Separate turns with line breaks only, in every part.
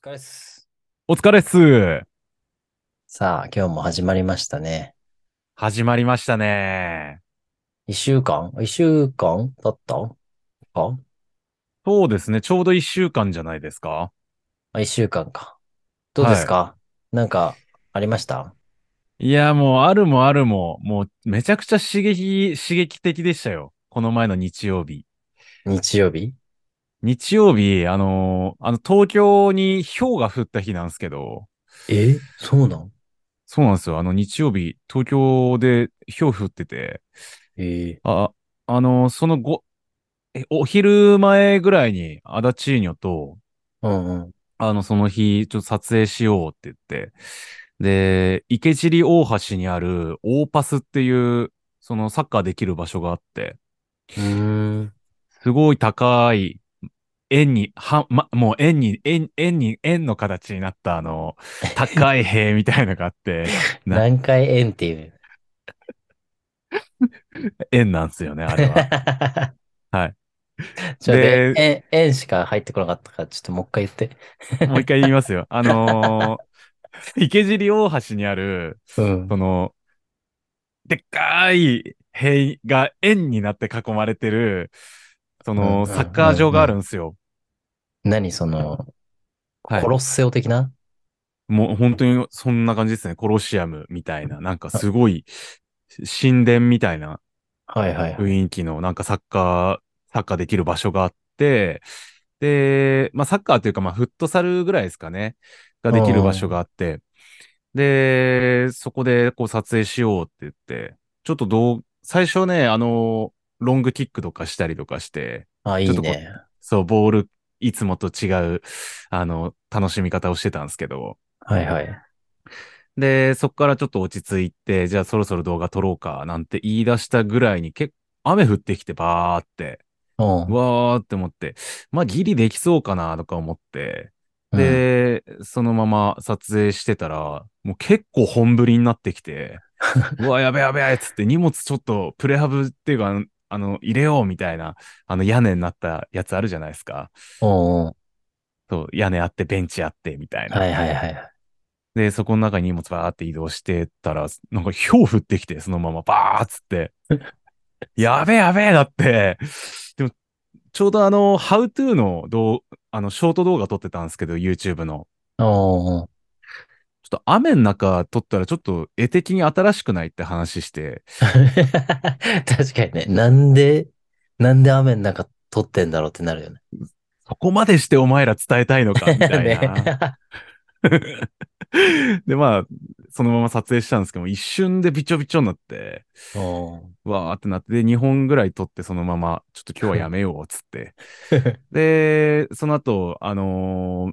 疲れっす。
お疲れっす。
さあ、今日も始まりましたね。
始まりましたね。
一週間一週間だったか
そうですね。ちょうど一週間じゃないですか。
あ、一週間か。どうですか、なんか、ありました
いや、もうあるもあるも、もうめちゃくちゃ刺激、刺激的でしたよ。この前の日曜日。
日曜日
日曜日、あのーあの、東京に氷が降った日なんですけど、
えそうなん
そうなんですよ。あの、日曜日、東京で氷降ってて、
え
あ、あのーその後、えお昼前ぐらいに、アダチーニョと、
うんうん。
あの、その日、ちょっと撮影しようって言って。で、池尻大橋にある、オーパスっていう、そのサッカーできる場所があって、
うーん。
すごい高い、円に、は、ま、もう円に、円、円に、円の形になった、あの、高い塀みたいのがあって、な
何回円っていう。
円なんですよね、あれは。 はい。
ちょっと
で
円、円しか入ってこなかったから、ちょっともう一回言って。
もう一回言いますよ。あのー池尻大橋にある、
うん。
その、でっかい塀が円になって囲まれてる、そ
うんうん
の、サッカー場があるんですよ。
何その、
はい
コロッセオ的な
もう本当にそんな感じですね。コロシアムみたいな、なんかすごい、神殿みたいな
はいはいはい。
雰囲気の、なんかサッカー、サッカーできる場所があって、で、まあサッカーというか、まあフットサルぐらいですかね、ができる場所があって、で、そこでこう撮影しようって言って、ちょっとどう、最初ね、あの、ロングキックとかしたりとかして、
あ、い
ちょっ
い
とこ
ね。
そう、ボール、いつもと違う、あの、楽しみ方をしてたんですけど、
はいはい。
で、そこからちょっと落ち着いて、じゃあそろそろ動画撮ろうか、なんて言い出したぐらいに結構、雨降ってきてバーって、
うん
うわーって思って、まあギリできそうかなとか思って、
うん、
で、そのまま撮影してたら、もう結構本降りになって きて、うわ、やべやべやべっつって荷物ちょっとプレハブっていうか、あのあの、入れようみたいな、あの屋根になったやつあるじゃないですか。
うんうん。
そう、屋根あってベンチあってみたいな。
はいはいはい。
で、そこの中に荷物バーって移動してたら、なんか氷降ってきて、そのままバーっつって。やべえやべえだって。でも、ちょうどあの、How to の動、あの、ショート動画撮ってたんですけど、YouTube の。
うんうん。
ちょっと雨の中撮ったらちょっと絵的に新しくないって話して、
確かにね。なんで、なんで雨の中撮ってんだろうってなるよね。
そこまでしてお前ら伝えたいのか、みたいな。
ね
で、まあ、そのまま撮影したんですけども、一瞬でびちょびちょになって、
うん
わーってなって、で、2本ぐらい撮って、そのまま、ちょっと今日はやめよう、つって。 で、その後、あのー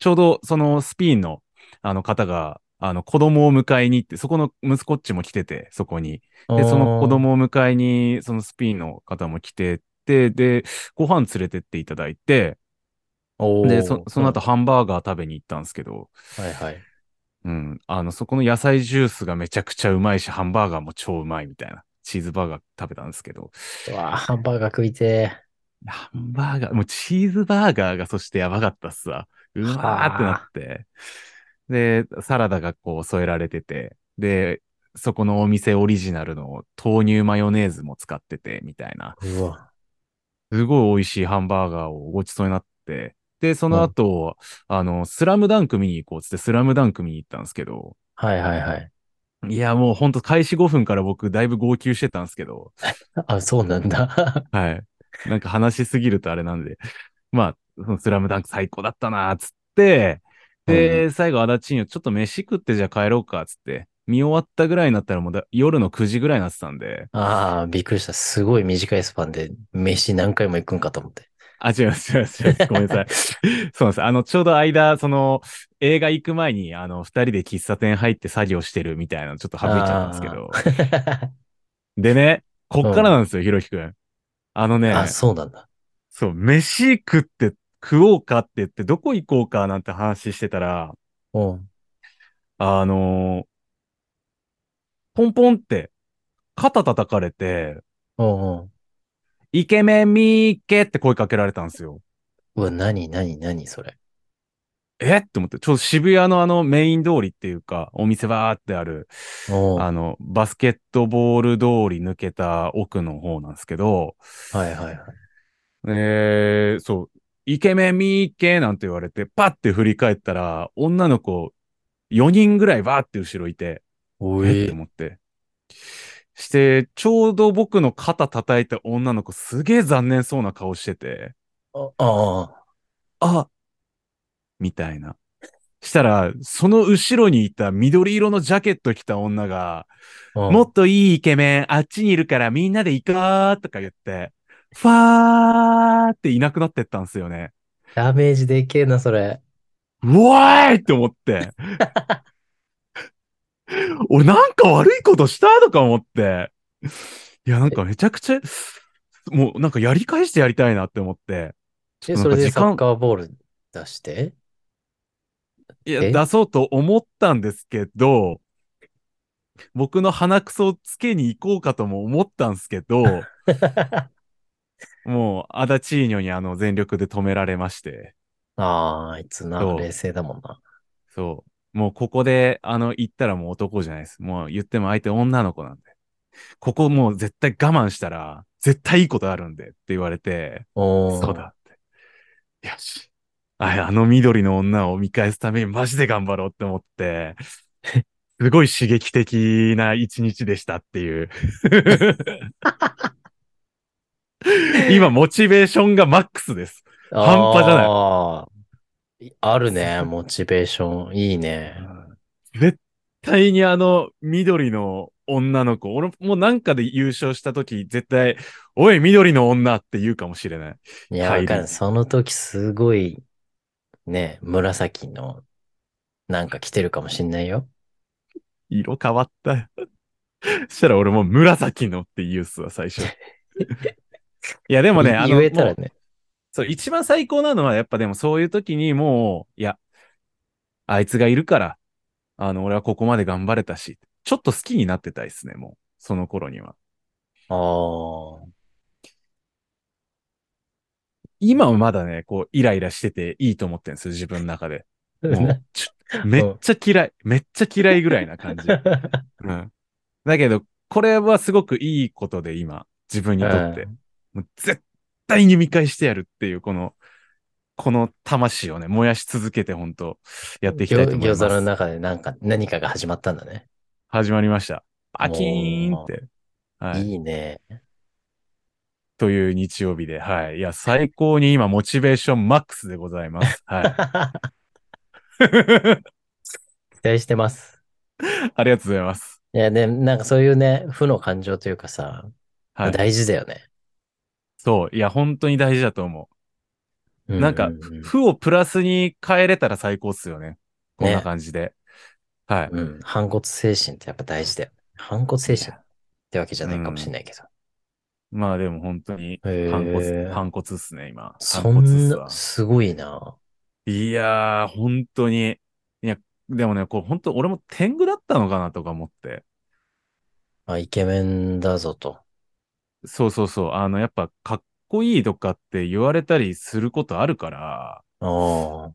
ちょうど、そのスピンの、あの方が、あの、子供を迎えに行って、そこの息子っちも来てて、そこに。で、その子。供を迎えに、そのスピンの方も来てて、で、ご飯連れてっていただいて、
おー
で、そその後、ハンバーガー食べに行ったんですけど、
はいはい。
うん。あの、そこの野菜ジュースがめちゃくちゃうまいし、ハンバーガーも超うまいみたいな。チーズバーガー食べたんですけど。
うわあ、ハンバーガー食いて
ハンバーガー、もうチーズバーガーがそしてやばかったっすわ。うわーってなって。で、サラダがこう添えられてて、で、そこのお店オリジナルの豆乳マヨネーズも使ってて、みたいな。
え。うわ。
すごい美味しいハンバーガーをごちそうになって、で、その後、あの、スラムダンク見に行こうっつって、スラムダンク見に行ったんですけど、
はいはいはい。
いや、もうほんと開始5分から僕だいぶ号泣してたんですけど、
あ、そうなんだ。
はい。なんか話しすぎるとあれなんで、 まあ、そのスラムダンク最高だったなーっつって、で、最後、アダチンをちょっと飯食ってじゃあ帰ろうかっつって、見終わったぐらいになったらもうだ夜の9時ぐらいになってたんで、
ああ、びっくりした。すごい短いスパンで、飯何回も行くんかと思って。
あ、違う違う違う、ごめんなさい。そうなんです。あの、ちょうど間、その、映画行く前に、あの、二人で喫茶店入って作業してるみたいなのちょっと省いちゃったんですけど、でね、こっからなんですよ、ひろきくん。あのね、
あ、そうなんだ。
そう、飯食って、食おうかって言って、どこ行こうかなんて話してたら、
うん。
あのーポンポンって、肩叩かれて、
うんうん。
イケメンみーけって声かけられたんですよ。
うわ、なになになにそれ。
えって思って、ちょうど渋谷のあのメイン通りっていうか、お店バーってある、
おう
あの、バスケットボール通り抜けた奥の方なんですけど、
はいはいはい。
えー、そう、イケメンみーけなんて言われて、パッて振り返ったら、女の子4人ぐらいバーって後ろいて、
お
えって
い。
思って。して、ちょうど僕の肩叩いた女の子すげえ残念そうな顔してて、
ああ
あみたいな。したら、その後ろにいた緑色のジャケット着た女が、
あ。も
もっといいイケメンあっちにいるからみんなで行こうとか言って、ファーっていなくなってったんですよね。
ダメージでけえな、それ。
うわーいって思って。俺なんか悪いことしたとか思って。いや、なんかめちゃくちゃ、もうなんかやり返してやりたいなって思って。ち
え、
ょっと
それ
なんか
で
時
サッ
間、
カーボール出して
いや、
え
出そうと思ったんですけど、僕の鼻くそをつけに行こうかとも思ったんですけど、
あ
もう、アダチーニョにあの全力で止められまして。
あ、あいつな、
そう
冷静だもんな。
そう。もうここで、あの、言ったらもう男じゃないです。もう言っても相手女の子なんで。ここもう絶対我慢したら、絶対いいことあるんでって言われて、
おお。
そう。だって。よし。ああの緑の女を見返すためにマジで頑張ろうって思って、すごい刺激的な一日でしたっていう。今、モチベーションがマックスです。半端じゃない
あーい。あるね、モチベーション。いいね。
絶対にあの緑の女の子、俺もうなんかで優勝した時絶対、おい緑の女って言うかもしれない。
いや、
入
わ
る
かる。その時すごい、ね、紫の、なんか来てるかもしんないよ。
色変わった。 そしたら俺もう紫のって言うっすわ、最初。 いや、でもね、
い
あの、
言えた
も
ら
う
ね。
そう、一番最高なのはやっぱでもそういう時にもう、いや、あいつがいるから、あの、俺はここまで頑張れたし、ちょっと好きになってたいっすね、もう。その頃には。
ああ。
今はまだね、こう、イライラしてていいと思ってんですよ、自分の中で。 もうちょめっちゃ嫌い。めっちゃ嫌いぐらいな 感じ。うん、だけど、これはすごくいいことで今、自分にとって。
う
もう絶対に見返してやるっていう、この、この魂をね、燃やし続けて、本当やっていきたいと思いま
餃子の
す。
中でなんか、何かが始まったんだね。
始まりました。パキーンって。はい。
いいね。
という日曜日で、はい。いや、最高に今、モチベーションマックスでございます。 はい。
期待してます。
ありがとうございます。
いや、で、なんかそういうね、負の感情というかさ、
はい。
大事だよね。
そう。いや、本当に大事だと思う。
う
なんか
う
負をプラスに変えれたら最高っすよね。こんな感じで。はい。
うん、うん反骨精神ってやっぱ大事だよね。反骨精神ってわけじゃないかもしれないけど。
まあでも本当に、
へー
反骨、反骨っすね、今。
そ
反骨っ
ん
すわ
な、。すごいな。
いやー、本当に。いや、でもね、これ本当俺も天狗だったのかなとか思って。
あ、イケメンだぞと。
そうそうそう。あの、やっぱかっこいいとかって言われたりすることあるから、
あ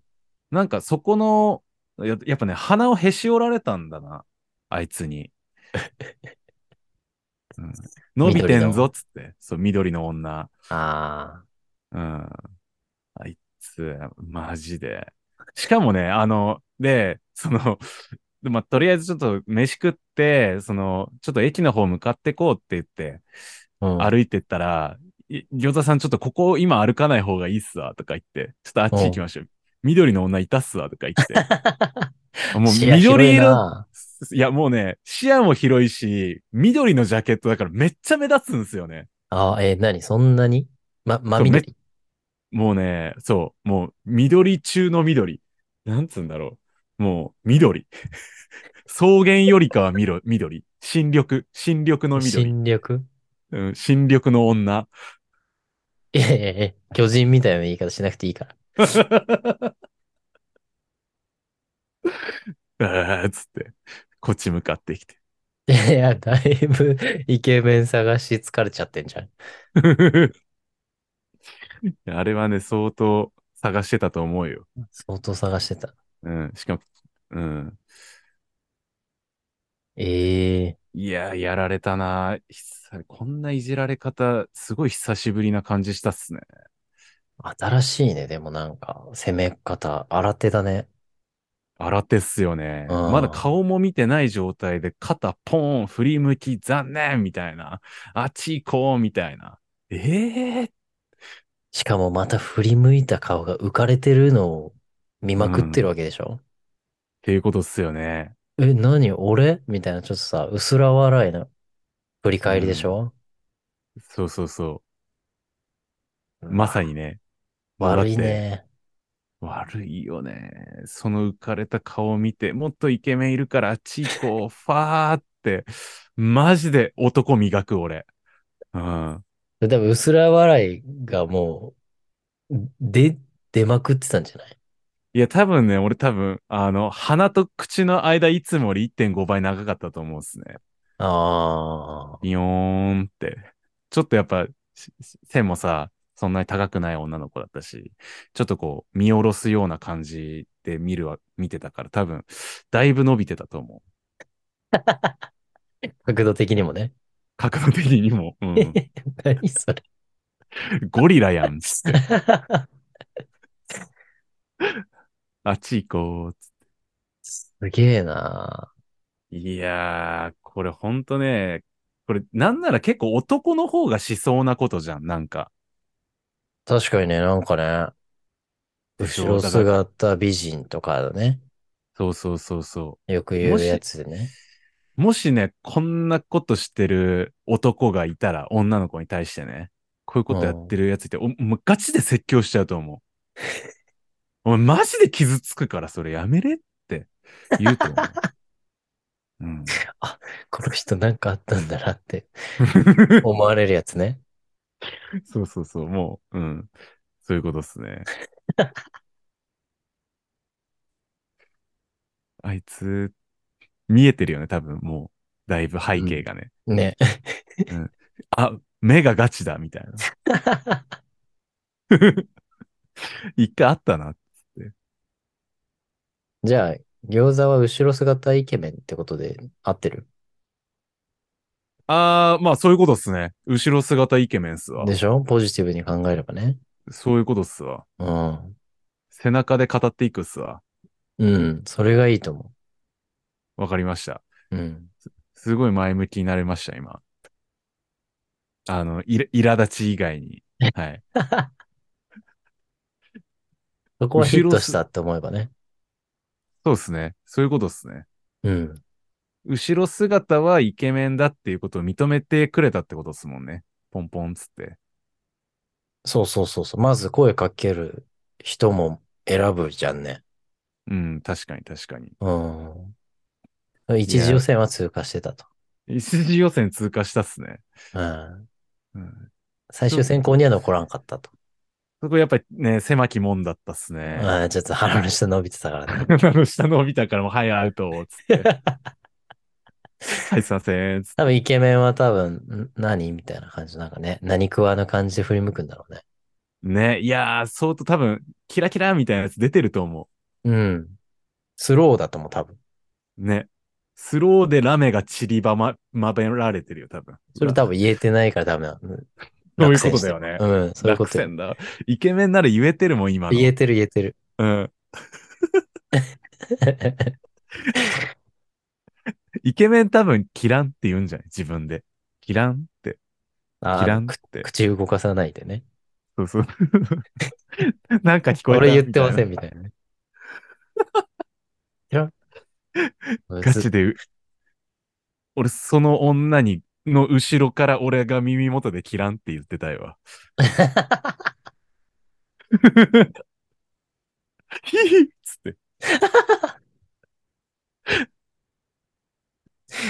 なんかそこの、ややっぱね、鼻をへし折られたんだな、あいつ に。うん伸びてんぞっつって、そう、緑の女。
あ。あ
うん。あいつ、マジで。しかもね、あの、で、その、でまあ、とりあえずちょっと飯食って、その、ちょっと駅の方向かってこうって言って、
あ。うん、
歩いてったら、い餃子さんちょっとここ今歩かない方がいいっすわ、とか言って、ちょっとあっち行きましょう。緑の女いたっすわ、とか言って。もう
視野広
緑
い
色、
ない
やもうね、視野も広いし、緑のジャケットだからめっちゃ目立つんですよね。
ああ、えー、何そんなにま、まみなり。
もうね、そう、もう緑中の緑。なんつうんだろう。もう緑。 草原よりかはみろ緑。新緑。新緑の緑。
侵略
うん、新緑の女。
いやいやいや、巨人みたいな言い方しなくていいから。
あーつって、こっち向かってきて。
いやいや、だいぶイケメン探し疲れちゃってんじゃん。
あれはね、相当、探してたと思うよ。
相当探してた。
うん。しかも、うん。
ええ
いやー、やられたな久こんないじられ方、すごい久しぶりな感じしたっすね。
新しいね。でもなんか、攻め方、新手だね。
新手っすよね。
うん
まだ顔も見てない状態で、肩ポーン、振り向き、残念みたいな。あっち行こうみたいな。ええー、
しかもまた振り向いた顔が浮かれてるのを見まくってるわけでしょ、
っていうことっすよね。
え、何俺みたいな、ちょっとさ、薄ら笑いの振り返りでしょ、
そうそうそう。まさにね。
悪い
だって
ね。
悪いよね。その浮かれた顔を見て、もっとイケメンいるから、チーコをファーって、マジで男磨く、俺。うん。
多分、薄ら笑いがもう、で、出まくってたんじゃない
いや、多分ね、俺多分、あの、鼻と口の間、いつもより1.5倍長かったと思うんですね。
ああ、
ビヨーンって。ちょっとやっぱ、しし背もさ、そんなに高くない女の子だったし、ちょっとこう、見下ろすような感じで見るわ、見てたから、多分、だいぶ伸びてたと思う。
角度的にもね。
角度的にも。うん。
何それ。
ゴリラやん、つって。あっち行こう、つっ
すげえな。
て。いやー、これほんとね、これなんなら結構男の方がしそうなことじゃん、なんか。
確かにね、なんかね、
でし
後
ょ
ろ
だから
姿美人とかだね。
そうそうそうそ
よく言うやつでね。
う。もしね、こんなことしてる男がいたら、女の子に対してね、こういうことやってるやついて、おもうガチで説教しちゃうと 思う。お前マジで傷つくから、それやめれって言うと思 う。うん、
この人なんかあったんだな って思われるやつね。
そうそうそう、もう、うん。そういうことっすね。あいつ、見えてるよね、多分、もう、だいぶ背景がね。
ね。
あ、目がガチだ、みたいな。 一回あったな。
じゃあ、餃子は後ろ姿イケメンってことで合ってる
あー、まあそういうことっすね。後ろ姿イケメンっすわ。
でしょポジティブに考えればね。
そういうことっすわ。
うん。
背中で語っていくっすわ。
うん。それがいいと思
わかりました。
う。うん。
すごい前向きになれました、今。あの、いら苛立ち以外に。はい。
そこはヒットしたって思えばね。
そうですね。そういうことですね。
うん。
後ろ姿はイケメンだっていうことを認めてくれたってことですもんね。ポンポンつって。
そうそうそうそう。まず声かける人も選ぶじゃんね。
うん、確かに確かに。
うん。一次予選は通過してたと。
一次予選通過したっすね。
うん。
うん、
最終選考には残らんかったと。
そこやっぱりね、狭き門だったっすね。
ああ、ちょっと腹の下伸びてたからね。
あの下伸びたからもう、はい、アウト、つって。はい、すいません、つって
多分イケメンは多分、ん何みたいな感じ。なんかね、何食わぬ感じで振り向くんだろうね。
ね、いやー、相当多分、キラキラみたいなやつ出てると思
うん。スローだとも多分。
う。ね。スローでラメが散りばま、まべられてるよ、多分。
それ多分言えてないからダメなの。
そういうことだよね
落選してるうん、そういうこ
落
とよ。
選だ。イケメンなら言えてるもん、今の。
言えてる言えてる。
うん。イケメン多分、キランって言うんじゃない自分で。キランって。
あ
キラ
あ
ン
の
っ
く
て。
口動かさないでね。
そうそう。 なんか聞こえた
俺言ってませんみたい
な。
なね。キラ ン
ガチで、俺、その女に、の後ろから俺が耳元でキランって言ってたいわ。ヒヒッつって。ちょっ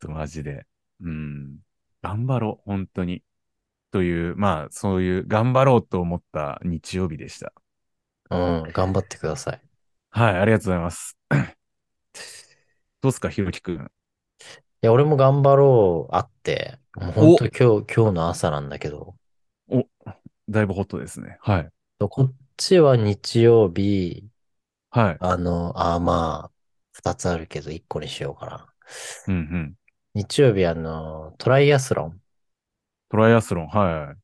とマジで。うん。頑張ろう、本当に。という、まあ、そういう頑張ろうと思った日曜日でした。
うん、頑張ってください。
はい、ありがとうございます。どうすか、ひろきくん。
いや、俺も頑張ろう、あって、もう本当今日、今日の朝なんだけど、
だいぶホットですね。はい。
そう、こっちは日曜日、
はい。
あの、あーまあ、二つあるけど、一個にしようかな。
うんうん。
日曜日、あの、トライアスロン、
トライアスロン、は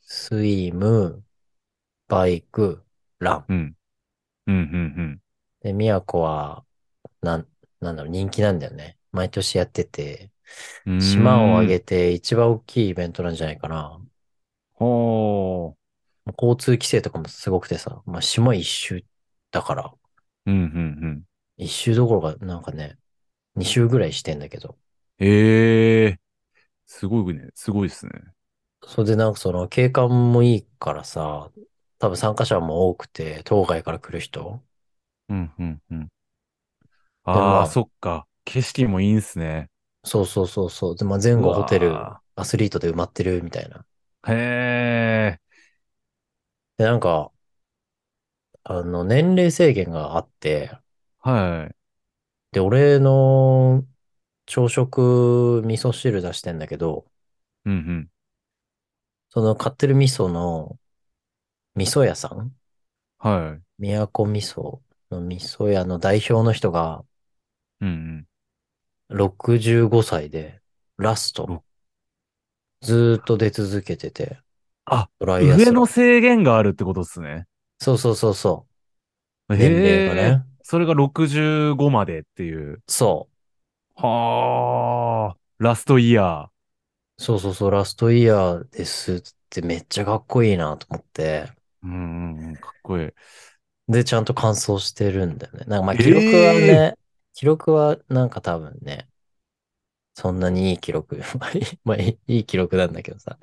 スイム、バイク、ラン。
い。うん。うんうん
で、宮古は、なん、なんだろう、人気なんだよね。毎年やってて、
うん。うーん
島を挙げて一番大きいイベントなんじゃないかな。
ほ
交通規制とかもすごくてさ、まあ、島一周だから、
う。うんうんうん。
一周どころか、なんかね、二周ぐらいしてんだけど。
ええー。すごいね。すごいですね。
それでなんかその景観もいいからさ、多分参加者も多くて、島外から来る人。
うんうんうん。
でもま
あ
あ
あ、そっか。景色もいいんすね。
そうそうそうそう。で、まあ、前後ホテ
う
ル、
わ
アスリートで埋まってるみたいな。
ーへえ。
で、なんか、あの、年齢制限があって、
はい。
で、俺の朝食味噌汁出してんだけど、
うんうん。
その買ってる味噌の味噌屋さん
はい。
宮古味噌の味噌屋の代表の人が
うん
65歳でラス
ろ
ト。ずーっと出続けてて。
あ、
トラ
う
イ
ん。
アス
上
ロ
の
ン。
制限があるってことですね。
そうそうそうそ
へ
う。
ー
年齢がね。
それが65までっていう。
そ
はあ。ラストイヤー。
う。そうそうそう、ラストイヤーですってめっちゃかっこいいなと思って。
うんうんうん。かっこいい。
で、ちゃんと完走してるんだよね。なんかまあ
えー
記録はね、記録はなんか多分ね、そんなにいい記録、 まあいいまあいいいい記録なんだけどさ、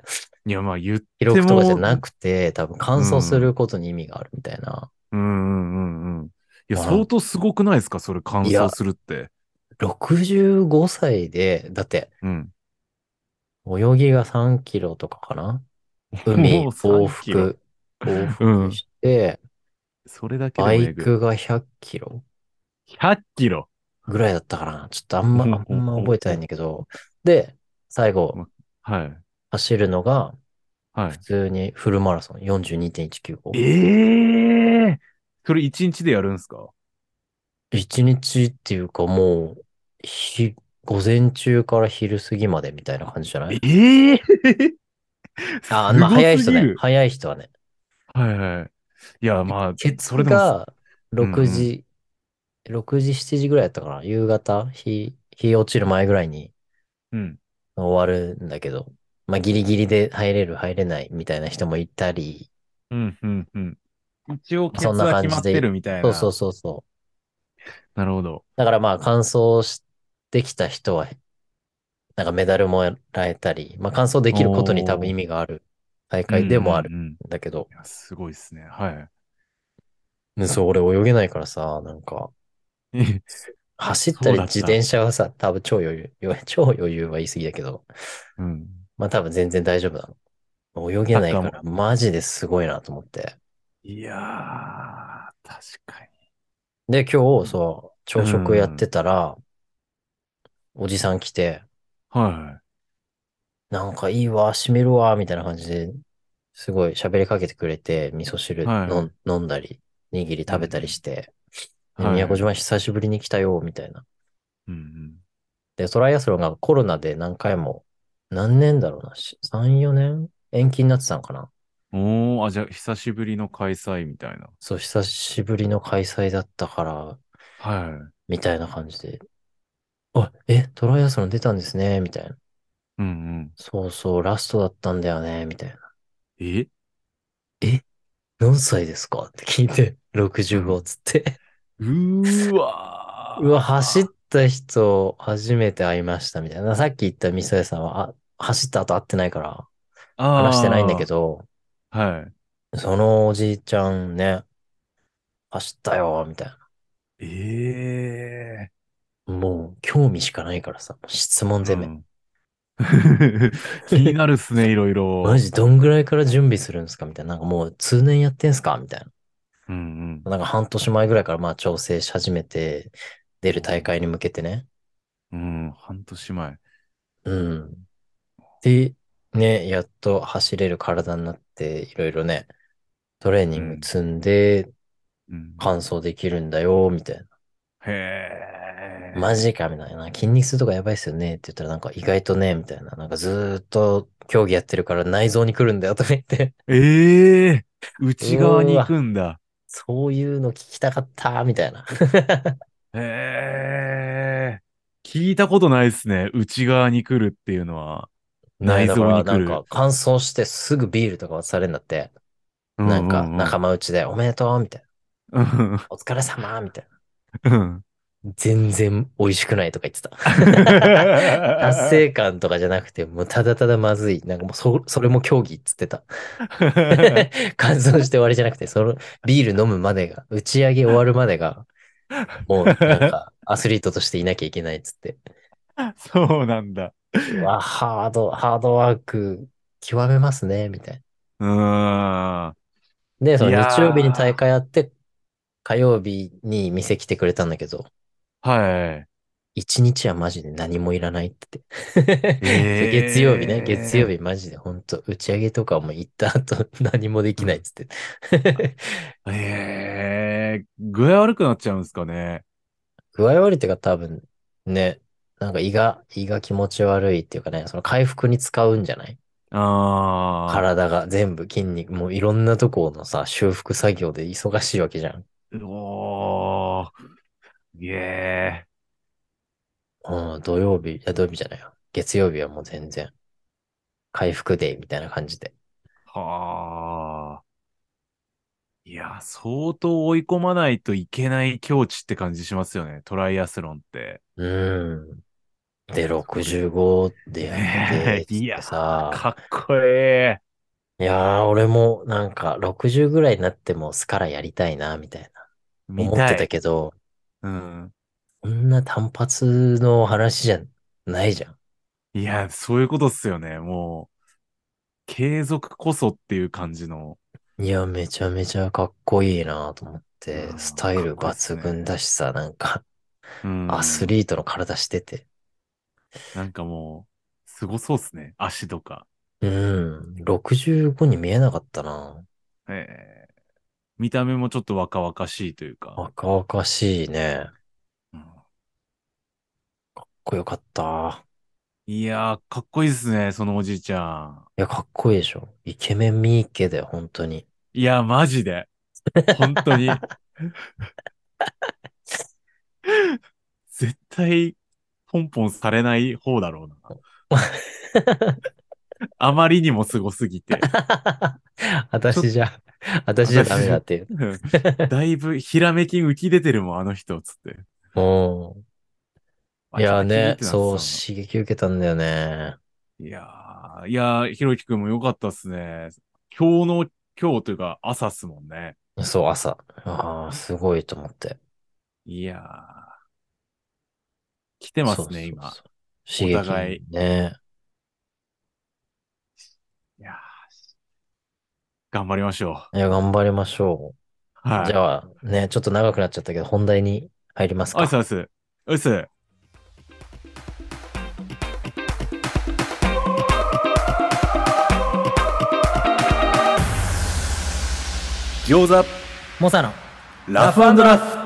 いや、まあ言っ
記録とかじゃなくて、多分完走することに意味があるみたいな。
うんうんうんうん。いや、
あ
相当すごくないですかそれ完
いや
走するって。
65歳で、だって
うん。
泳ぎが3キロとかかな海、
もう
往
3キロ
復、往
うん
復して、
それだけ
バ
でもえ
イ
ぐい
クが100キロ
100キロ。
ぐらいだったかな。ちょっとあんま、
ほうほう
あ
ほうん
ま覚えてないんだけど、で、最後、
はい。
走るのが、
は
普通にフルマラソン42.195。
い。ええー、それ1日でやるんすか
一日っていうかもう、ひ、午前中から昼過ぎまでみたいな感じじゃない
ええー、
あ、まあ
すご
早い
す
人
ぎ
ね。
る
早い人はね。
はいはい。いや、まあ、
ケツ
それでも、
が6時、6時、7時ぐらいだったかな。夕方、日、日落ちる前ぐらいに
うん。
終わるんだけど、まあギリギリで入れる、入れないみたいな人もいたり、
うん、うん、うん。一応、ケツ
そんな
は
感じで
決まってるみたいな。
そうそうそうそう。
なるほど。
だからまあ、完走してきた人は、なんかメダルもらえたり、まあ、完走できることに多分意味がある大会でもある
うんうんうん
んだけど
い、やすごいですね。は
ねそう、俺泳げないからさ、なんか、
い。
走ったり
そうだった
自転車はさ、多分超余裕、 余超余裕は言い過ぎだけど、
うん。
まあ多分全然大丈夫なの。泳げないか
サッ
ら、マジですごいなと思って。
いやー、確かに。
で、今日、そう、朝食やってたら、おじさん来て、
は
なんかいいわ、しみるわ、みたいな感じで、すごい喋りかけてくれて、味噌汁
はい
のん飲んだり、握り食べたりして、
い。
で
はい。
宮古島久しぶりに来たよ、みたいな。
うんうん。
で、トライアスロンがコロナで何回も、何年だろうな、し3、4年延期になってたのかな。
おー、あ、じゃあ、久しぶりの開催みたいな。
そう、久しぶりの開催だったから、
はい。
みたいな感じで。あ、え、トライアスロン出たんですね、みたいな。
うんうん。
そうそう、ラストだったんだよね、みたいな。
え
何歳ですかって聞い て、65っつって。
うーわー。
うわ、走った人、初めて会いましたみたいな。さっき言った味噌屋さんは、あ、走った後会ってないから、話してないんだけ
ど。
ど、
はい。
そのおじいちゃんね、走ったよ、みたい
ええ
な。もう、興味しかないからさ、質問
ー。
攻め。
うん 気になるっ すね、いろいろ。
マジどんぐらいから準備するんですかみたいな。なんかもう、通年やってんすかみたい
うん
な。なんか半年前ぐらいからまあ調整し始めて、出る大会に向けてね。
うん。うん、半年前。
うん。で、ね、やっと走れる体になって、いろいろね、トレーニング積んで
うん
完走できるんだよ、みたいな。
へえ。
マジか、みたいな。筋肉痛とかやばいっすよねって言ったら、なんか意外とね、みたいな。なんかずーっと競技やってるから内臓に来るんだよ、とか言って。
ええ内側に行くんだ。
そういうの聞きたかった、みたいな。
へえ。聞いたことないですね。内側に来るっていうのは。 内臓に来る
だからなんか乾燥してすぐビールとか渡されるんだって。
ううう
なんか仲間内でおめでとう、みたいな。
うん
お疲れ様、みたい
うん。
な。全然美味しくないとか言ってた。達
達
成感とかじゃなくて、もうただただまずい。なんかもうそ、それも競技っつってた。乾燥して終わりじゃなくて、そのビール飲むまでが、打ち上げ終わるまでが、もうなんかアスリートとしていなきゃいけないっつって。
そうなんだ。
うわ、ハード、ハードワーク極めますね、みたいう
ーん。
な。で、その
いやー
日曜日に大会あって、火曜日に店来てくれたんだけど、
はい。
一日はマジで何もいらないって 言って。
えー
月曜日ね、月曜日マジで本当打ち上げとかも行った後 何もできないっつ って。
ええ具合悪くなっちゃうんですかね。
具合悪いっていうか多分ね、なんか胃が、胃が気持ち悪いっていうかね、その回復に使うんじゃない
ああ。
体が全部筋肉、もういろんなとこのさ、修復作業で忙しいわけじゃん。
おー。すげえ。
うん、土曜日、いや土曜日じゃないよ。月曜日はもう全然、回復デーみたいな感じで。
はあ。いや、相当追い込まないといけない境地って感じしますよね。トライアスロンって。
うん。で、65でやって
ね、え
つっ
い
て
や
さ、
かっこええ。
いやー、俺もなんか60ぐらいになってもスカラやりたいな、みたいな、
見
思ったてた
い。
けど、
うん。
こんな単発の話じゃないじゃん。
いや、そういうことっすよね。もう、継続こそっていう感じの。
いや、めちゃめちゃかっこいいなと思って
う、ん
スタイル
かっこいいっす
抜
ね
群だしさ、なんか、
うん。
アスリートの体してて。
なんかもう、すごそうっすね。足とか。
うん、65に見えなかったな
ええ見た目もちょっと若々しいというか。
若々しいね。かっ
うん
こよかった。
いやー、かっこいいですね、そのおじいちゃん。
いや、かっこいいでしょ。イケメンミーケで、本当に。
いや、マジで。本当に。絶対、ポンポンされない方だ ろうな。あまりにもすごすぎて。
私じゃ、私じゃダメだって いう。
だいぶ、ひらめき浮き出てるもん、あの人、つって。
うん。いやね、そう、
し。
刺激受けたんだよね。
いやー、いやー、ひろきくんもよかったっすね。今日の今日というか、朝っすもんね。
そう、朝。ああ、すごいと思って。
いやー。来てますね、
そ
今。
うそうそう。
お互い
刺激ね。
いやー頑張りましょ
いや、頑張りましょ
う。は
う。
い。
じ
あ、
ゃあ、ね、ちょっと長くなっちゃったけど、本題に入ります
おい
か
っす。おいっす。おいっす。餃子
モサの。
ラフラフ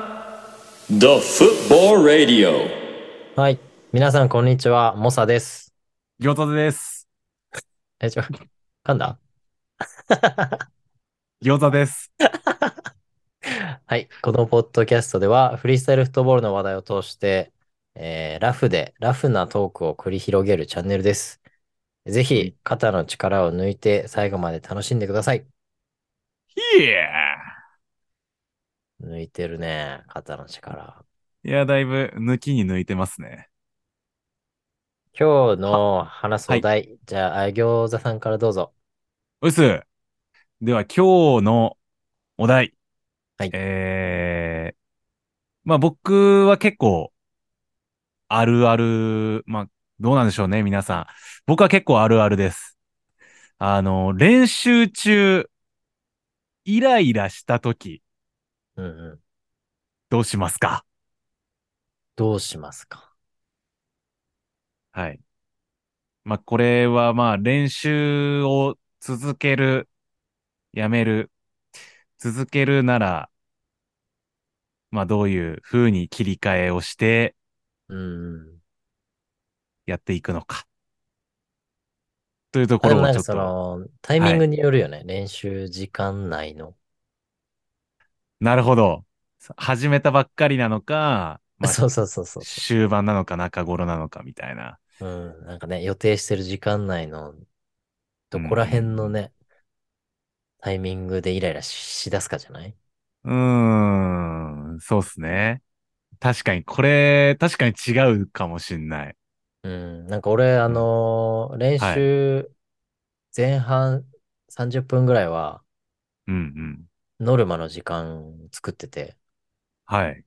The Football Radio.
はい。皆さん、こんにちは。モサです。
餃子です。
え、ちょ、噛んだ
餃子です。
はい。このポッドキャストでは、フリースタイルフットボールの話題を通して、えーラフで、ラフなトークを繰り広げるチャンネルです。ぜひ、肩の力を抜いて、最後まで楽しんでください。
いや
抜いてるね、肩の力。
ーいや、だいぶ抜きに抜いてますね。
今日の話すお題、じゃあ、あ餃子さんからどうぞ。
うっす。では、今日のお題。
はい
えー、まあ僕は結構、あるある、まあ、どうなんでしょうね、皆さん。僕は結構あるあるです。あの、練習中、イライラした時
うんうん。
どうしますか
どうしますか
はい。まあ、これはまあ、練習を続ける、やめる、続けるなら、まあどういう風に切り替えをして
うん。
やっていくのか。というとこ
で
ろ
も
を
なん
ちょ
か
っ
そ
と。
の、タイミングによるよね。練習時間内の。
なるほど。始めたばっかりなのか、まあ
そうそうそうそうそ
終盤なのか中頃なのかみたいな。
う。うん。なんかね、予定してる時間内の、どこら辺のね、タイミングでイライラししだすかじゃないう
ーん、そうっすね。確かに、これ、確かに違うかもしんない。
うん。なんか俺、あのー練
はい
習前半30分ぐらいは、
うんうん。
ノルマの時間作ってて、
はい。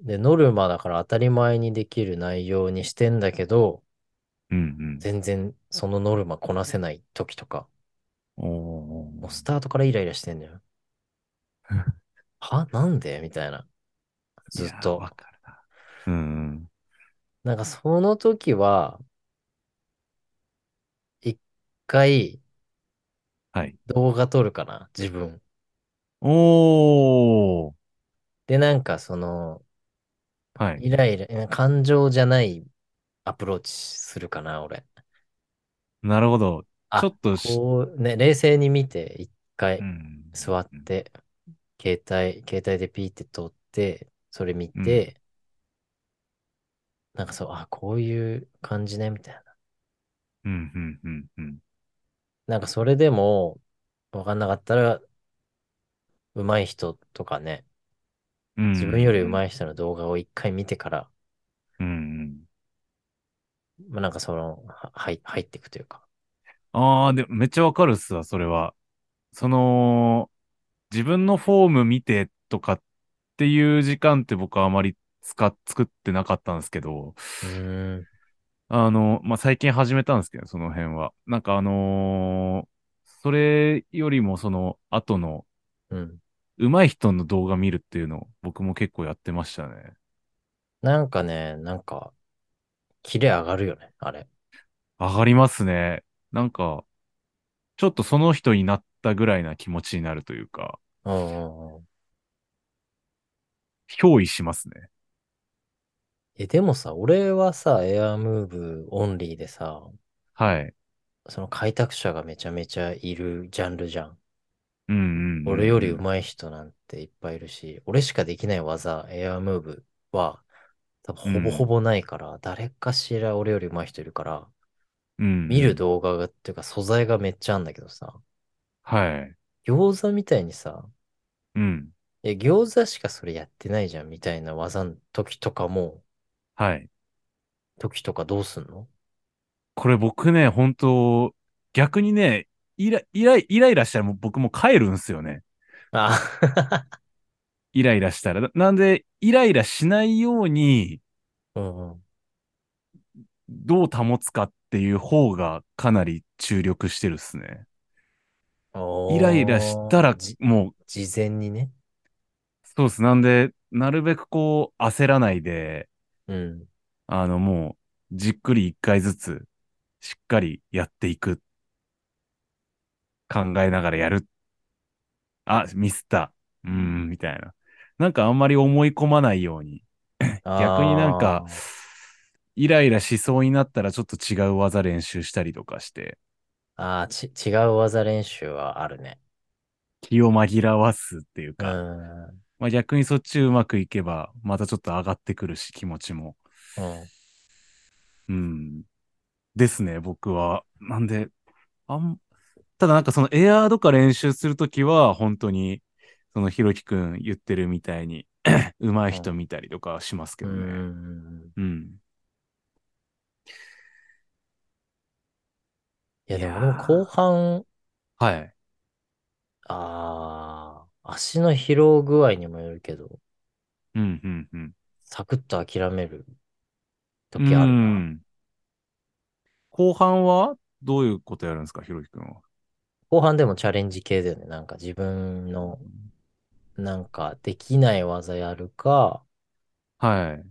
で、ノルマだから当たり前にできる内容にしてんだけど、
うん
全然そのノルマこなせない時とか、
うん。お
もうス
ー
タートからイライラしてんのよ。はなんでみたいな。ずっ
いや
と
わ。かるな。うん
なんかその時は、一回
はい
動画撮るかな、自分。
うん。おー。
で、なんかその、
はい。
イライラ、感情じゃないアプローチするかな、俺。
なるほど。
あ
ちょっとし、
こうね、冷静に見て、一回
うん
座って、携帯、携帯でピーって撮って、それ見て、なんかそう、あ、こういう感じね、みたいな。
うんうんうんうん。
なんかそれでも、わかんなかったら、上手い人とかね、
うん
自分より上手い人の動画を一回見てから、
うんうん。
まあ、なんかその、ははい入っていくというか。
ああ、でもめっちゃわかるっすわ、それは。その、自分のフォーム見てとかっていう時間って僕はあまり使っ、作ってなかったんですけど、
うーん。
あの、まあ、最近始めたんですけど、その辺は。なんかあのーそれよりもその後の
うん。
上手い人の動画見るっていうのを僕も結構やってましたね。
なんかね、なんか、キレ上がるよね、あれ。
上がりますね。なんか、ちょっとその人になったぐらいな気持ちになるというか、
うんうんうん。
憑依しますね。
え、でもさ、俺はさ、エアムーブオンリーでさ、
はい。
その開拓者がめちゃめちゃいるジャンルじゃん。
うんうんうんうん
俺より上手い人なんていっぱいいるし、俺しかできない技、エアムーブは、多分ほぼほぼないから、誰かしら俺より上手い人いるから、
うん
見る動画が、っていうか素材がめっちゃあんだけどさ、
はい。
餃子みたいにさ、
うん。
え、餃子しかそれやってないじゃんみたいな技の時とかも、
はい。
時とかどうすんの
これ僕ね、本当逆にね、イラ、イライ、イライラしたらもう僕もう帰るんすよね。
あ、
イライラしたら。ななんで、イライラしないように、
うんうん。
どう保つかっていう方がかなり注力してるっすね。イライラした
お
ら
ーじ、
もう、
事前にね。
そうっす。なんで、なるべくこう、焦らないで、
うん。
あの、もう、じっくり一回ずつ、しっかりやっていく。考えながらやる。あ、ミスった。うーん、みたいな。なんかあんまり思い込まないように。逆になんか
あー、
イライラしそうになったらちょっと違う技練習したりとかして、
ああ、ち、違う技練習はあるね。
気を紛らわすっていう
う
か、
ん。うん。
まあ逆にそっちうまくいけば、またちょっと上がってくるし、気持ちも。うん。ですね、僕は。なんで、あん、ただなんかそのエアーとか練習するときは、本当に、そのひろきくん言ってるみたいに、 上手い人見たりとかはしますけ
う
ど
んうんう
ね。
ん。
うん。
いや、でも
い
俺
や
も
ー
後半、
はい。
ああ、足の疲労具合にもよるけど、
うん、うん、うん。
サクッと諦める時あるな。
うん後半はどういうことやるんですか、ひろきくんは。
後半でもチャレンジ系だよね。なんか自分の、なんかできない技やるか、
はい。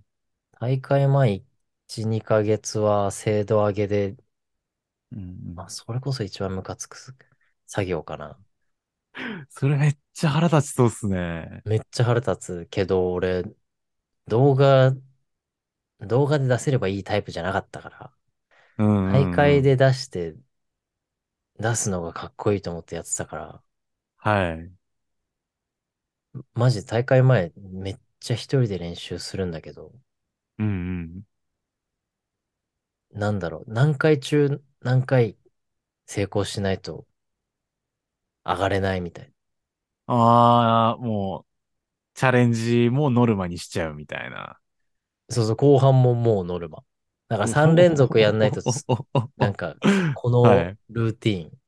大会前1、2ヶ月は精度上げで、
うんうん
まあ、それこそ一番ムカつく作業かな。
それめっちゃ腹立ちそうっすね。
めっちゃ腹立つけど、俺、動画、動画で出せればいいタイプじゃなかったから、
うんうんうん
大会。で出して、出すのがかっこいいと思ってやってたから、
はい。
マジ大会前、めっちゃ一人で練習するんだけど、
うんうん。
なんだろう、何回中何回成功しないと上がれないみたい
ああ、もう、チャレンジもノルマにしちゃうみたいな。
な。そうそう、後半ももうノルマ。だから3連続やんない と、なんか、こ
はい
のルーティーン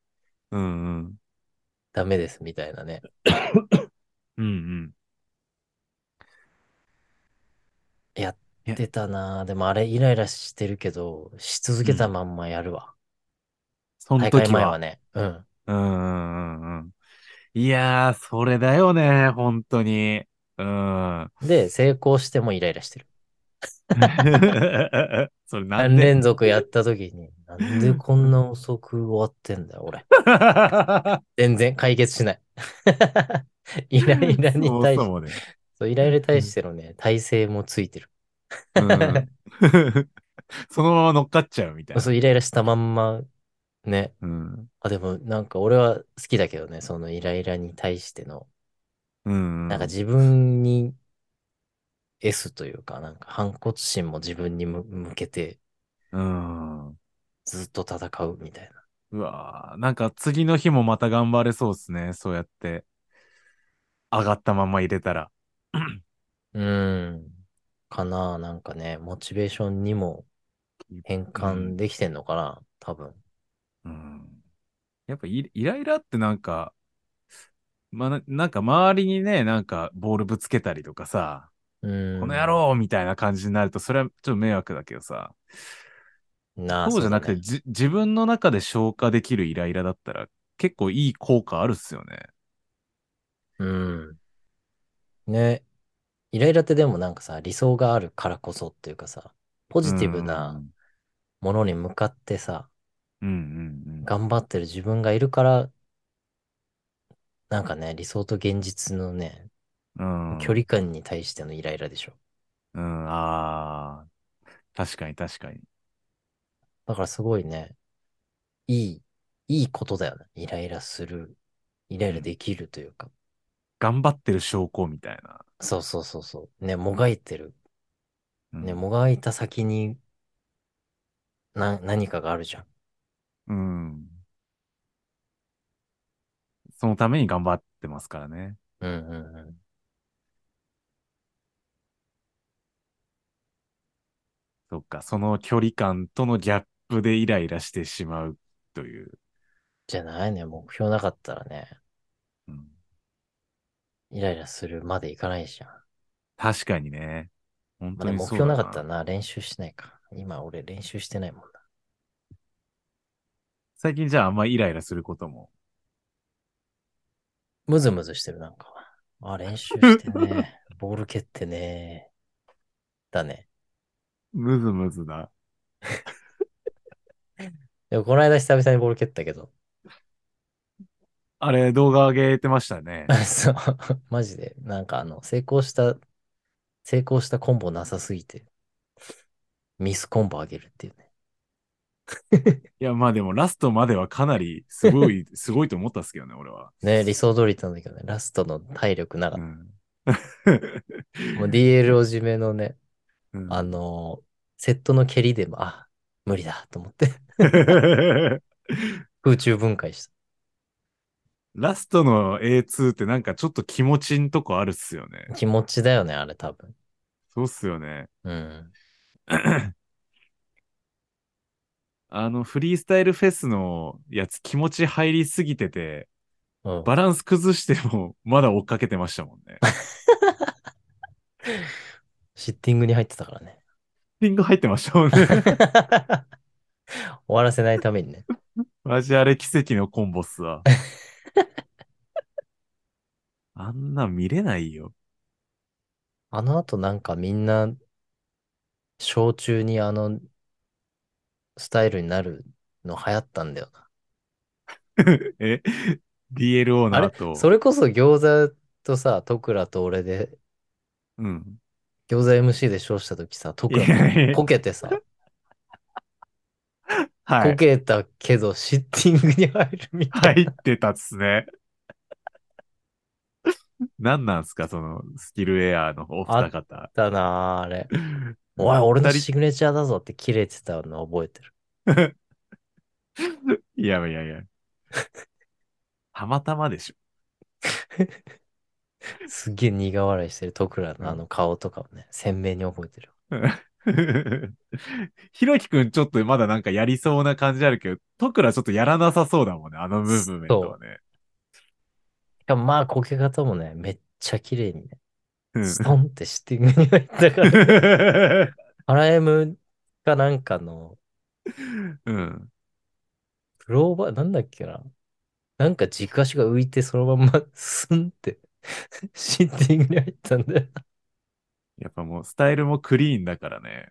うんうん。
ダメですみたいなね。
うんうん。え
出たなぁ。でもあれイライラしてるけど、し続けたまんまやるわ。
その
大会
時
前
は
は。ね。うん。
うんうんうんうん。いやー、それだよね、本当に。 うん。
で、成功してもイライラしてる。
それなん
3
で
連続やった時に、なんでこんな遅く終わってんだよ、俺。全然解決しない。 イライラに対
そ
して、
もそもね。
そうイライラに対してのね、体勢もついてる。
うん そのまま乗っかっちゃうみたいな。
そう、イライラしたまんま、ね。
うん。
あ、でもなんか俺は好きだけどね、そのイライラに対しての、
うん。
なんか自分に S というか、なんか反骨心も自分にむ向けて
うん。
ずっと戦うみたいな。
うわーなんか次の日もまた頑張れそうですね。そうやって。上がったまま入れたら。
うん。かな、なんかね、モチベーションにも変換できてんのかな、多分。
うん。やっぱイイライラってなんか、まあ、ななんか周りにね、なんかボールぶつけたりとかさ、
うん。
この野郎みたいな感じになると、それはちょっと迷惑だけどさ、
なあ
そうじゃなくて、
そうだね
じ自分の中で消化できるイライラだったら、結構いい効果あるっすよね。
うん。ね。イライラってでもなんかさ、理想があるからこそっていうかさ、ポ
ポ
ジティブな。ものに向かってさ、
うんうんうん。
頑張ってる自分がいるから、なんかね、理想と現実のね、
うん、
距離感に対してのイライラでしょ。
うん、ああ。確かに確かに。
だからすごいね、いい、いいことだよね。イライラする、イライラできるというか。
頑張ってる証拠みたいな。
そうそうそうそう。ね、もがいてる。
うん
ね、もがいた先に、な、何かがあるじゃん。
うん。そのために頑張ってますからね。
うんうんうん。
そっか、その距離感とのギャップでイライラしてしまうという。
じゃないね。目標なかったらね、
うん、
イライラするまでいかないじゃん。
確かにね。
ま
本
あ
当
で
に
も目
そう
標
だ
なかったらな、練習しないか。今俺練習してないもんな。
最近じゃああんまイライラすることも。
ムズムズしてるなんか。あ、練習してね。 ボール蹴ってね。だね。
ムズムズだ。
でもこの間久々にボール蹴ったけど。
あれ、動画上げてました ね。
そう。マジで。なんかあの、成功した、成功したコンボなさすぎて。ミスコンボあげるっていうね。
いや、まあでもラストまではかなりすごい、すごいと思ったっすけどね、俺は。
ね、理想通りだったんだけどね。ラストの体力なか
う
った。
ん。
もう DL を締めのね、
うん
あのーセットの蹴りでも、あ、無理だと思って、 空中分解した。
ラストの A2 ってなんかちょっと気持ちんとこあるっすよね。
気持ちだよね、あれ多分。
そうっすよね。
うん。
あの、フリースタイルフェスのやつ気持ち入りすぎてて、
うん、
バランス崩してもまだ追っかけてましたもんね。
シッティングに入ってたから ね。
リング入ってましたもんね。
終わらせないためにね。
マジあれ奇跡のコンボっ すわ。あんな見れないよ。
あの後なんかみんな、小中にあの、スタイルになるの流行ったんだよな。
え、 DLO の
あれ
後、
それこそ餃子とさ、トクラと俺で、
うん。
餃子 MC で勝したときさ、トク
いやい
ラ
や
こけてさ、
は
こ
い。
けたけどシッティングに入るみたい
入ってたっすね。何なんすか、そのスキルエアのお二方。
だな、あれ。おい、俺の
二人
シグネチャーだぞって切れてたの覚えてる。
いやいやいや。たまたまでしょ。
すげえ苦笑いしてるトクラのあの顔とかをね、鮮明に覚えてる。
ひろきくんちょっとまだなんかやりそうな感じあるけど、とくらちょっとやらなさそうだもんね、あのムーブメントはね。
しかもまあ、こけ方もね、めっちゃ綺麗にね、
うん
ストンってシッティングに入った から、 アラエムかなんかの、
うん。
プローバー、なんだっけな。なんか軸足が浮いてそのまんまスンってシッティングに入ったんだよ。
やっぱもうスタイルもクリーンだから ね。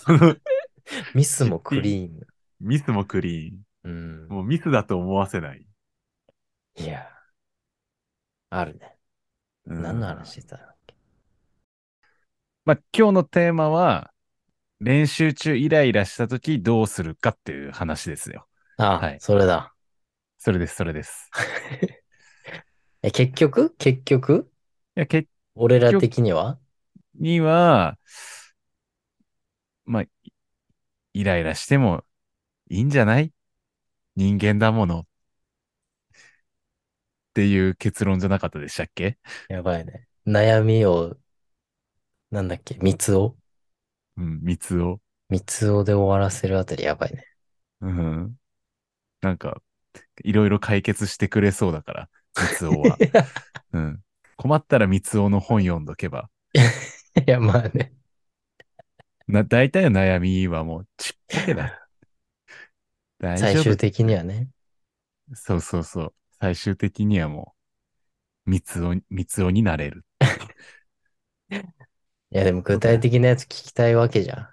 その
ミスもクリーン。
ミスもクリーン。
うん。
もうミスだと思わせない。
いや。あるね。
うん
何の話してたの
まあ、今日のテーマは、練習中イライラしたときどうするかっていう話ですよ。
ああ、
はい
それだ。
それです、それです。
え、結局結局
いや、結
俺ら的には
には、まあ、いイライラしてもいいんじゃない人間だもの。っていう結論じゃなかったでしたっけ
やばいね。悩みを、なんだっけ、三つを
うん、三つを。
三つをで終わらせるあたりやばいね。
うん。なんか、いろいろ解決してくれそうだから、三つおは。 うん。困ったら三つおの本読んどけば。
いや、まあね。
な、大体の悩みはもうちっぽけだ。大
最
丈夫
終。的にはね。
そうそうそう。最終的にはもう、三つお、三つおになれる。
いや、でも具体的なやつ聞きたいわけじゃ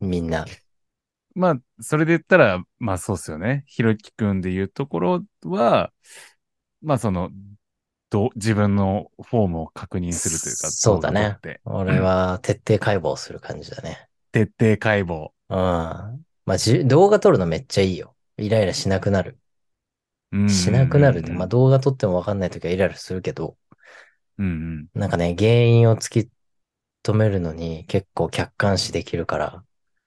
ん。みんな。
まあ、それで言ったら、まあそうっすよね。ひろきくんで言うところは、まあその、どう、自分のフォームを確認するというか、
そうだね
動画撮って
俺は徹底解剖する感じだね。
徹底解
う
剖。
ん。まあ、じ動画撮るのめっちゃいいよ。イライラしなくなる。
うん
しなくなるって、
うん
まあ動画撮ってもわかんないときはイライラするけど、
うん
なんかね、原因を突き止めるのに結構客観視できるから、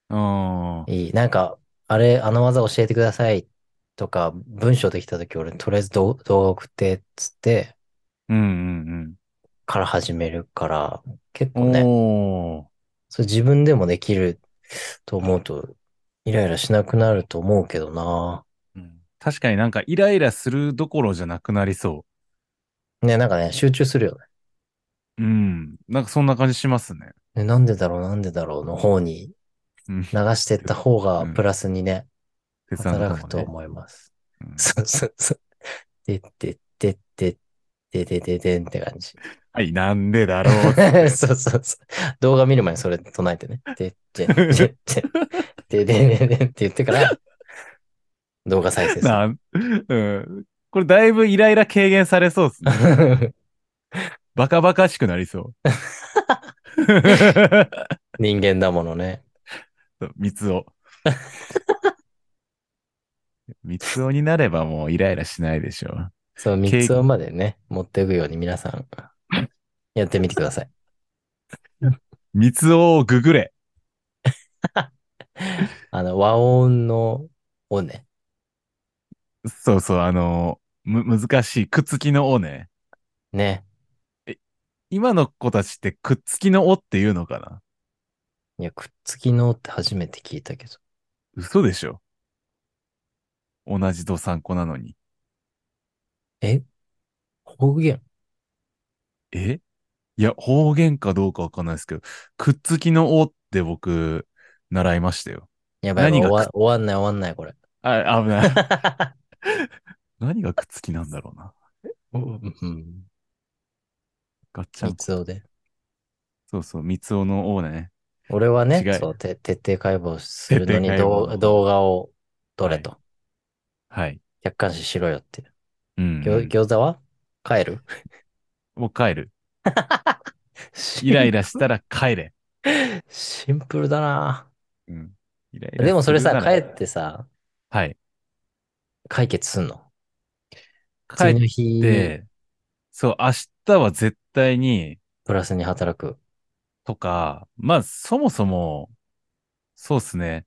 うん。あー
いい。なんか、あれ、あの技教えてくださいとか、文章できたとき俺、とりあえず動動画送ってっつって、
うんうん
から始めるから、結
う
構
ん。
ね、
おー
それ自分でもできると思うと、イライラしなくなると思うけどな。
うん確かになんかイライラするどころじゃなくなりそ
ね、なんかね、集中するよね。
う。うん。なんかそんな感じしますね。
ねなんでだろう、なんでだろうの方に
うん。
流してった方が
うん
プラスにね、
鉄腕
働くと
仲間
思
ね
います。
うん
そうそうそう。でってってってってでででんって感じ。
はい、なんでだろうっ つって。
そうそうそう。動画見る前にそれ唱えてね。でってってってででででんって言ってから、動画再生する。
なん、うん。これだいぶイライラ軽減されそ うですね。バカバカしくなりそう。
人間だものね。
そう三 つお。三つおになればもうイライラしないでしょう。
その三つをまでね、持っていくように皆さん、やってみてください。
三つおをググれ。
あの、和音の、をね。
そうそう、あのむ、難しい、くっつきのおね。
ね。
今の子たちってくっつきのおっていうのかない
や、くっつきのって初めて聞いたけど。
嘘でしょ同じドサンコなのに。
え方言
えいや、方言かどうかわかんないですけど、くっつきのおって僕、習いましたよ。
やばいやばい
何が
終わ、終わんない終わんない、これ。
あ、危ない。何がくっつきなんだ ろうな。
うん。
ガッチャ
三
ンコ。
つおで。
そうそう、三つおのおね。
俺はね
違、い
そう、て徹底解剖するのに
徹底解
動
剖
動画を撮れと。
はい。
客観視しろよっていう。
うん
ぎょ餃子は帰る
もう帰る。イライラしたら帰れ。
シンプルだな
うんイライラ
でもそれ
す
さ、
るな
帰
ら
ってさ、
はい。
解決すんの
帰
次の
っ
日、
て、そう、明日は絶対に、
プラスに働く。
とか、まあ、そもそも、そうっすね。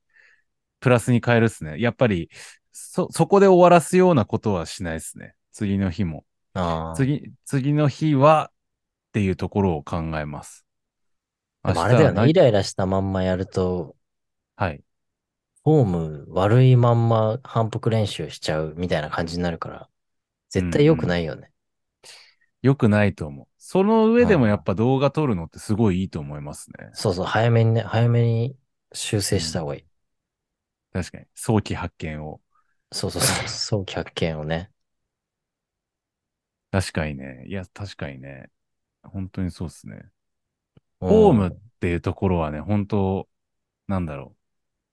プラスに変えるっすね。やっぱり、そ、そこで終わらすようなことはしないっすね。次の日も。
ああ。
次、次の日は、っていうところを考えます。
でもあれだよ
明日はな
ね。イライラしたまんまやると、
はい。
フォーム悪いまんま反復練習しちゃうみたいな感じになるから、絶対良くないよね。
良くないと思う。その上で
う
も
ん
やっぱ動画撮るのってすごいいいと思いますね。
そうそう、早めにね、早めに修正した方がいい。
確かに。早期発見を。
そうそうそう、早期発見を ね。
確かにね。いや、確かにね。本当にそうっすね。
うん
フォームっていうところはね、本当なんだろ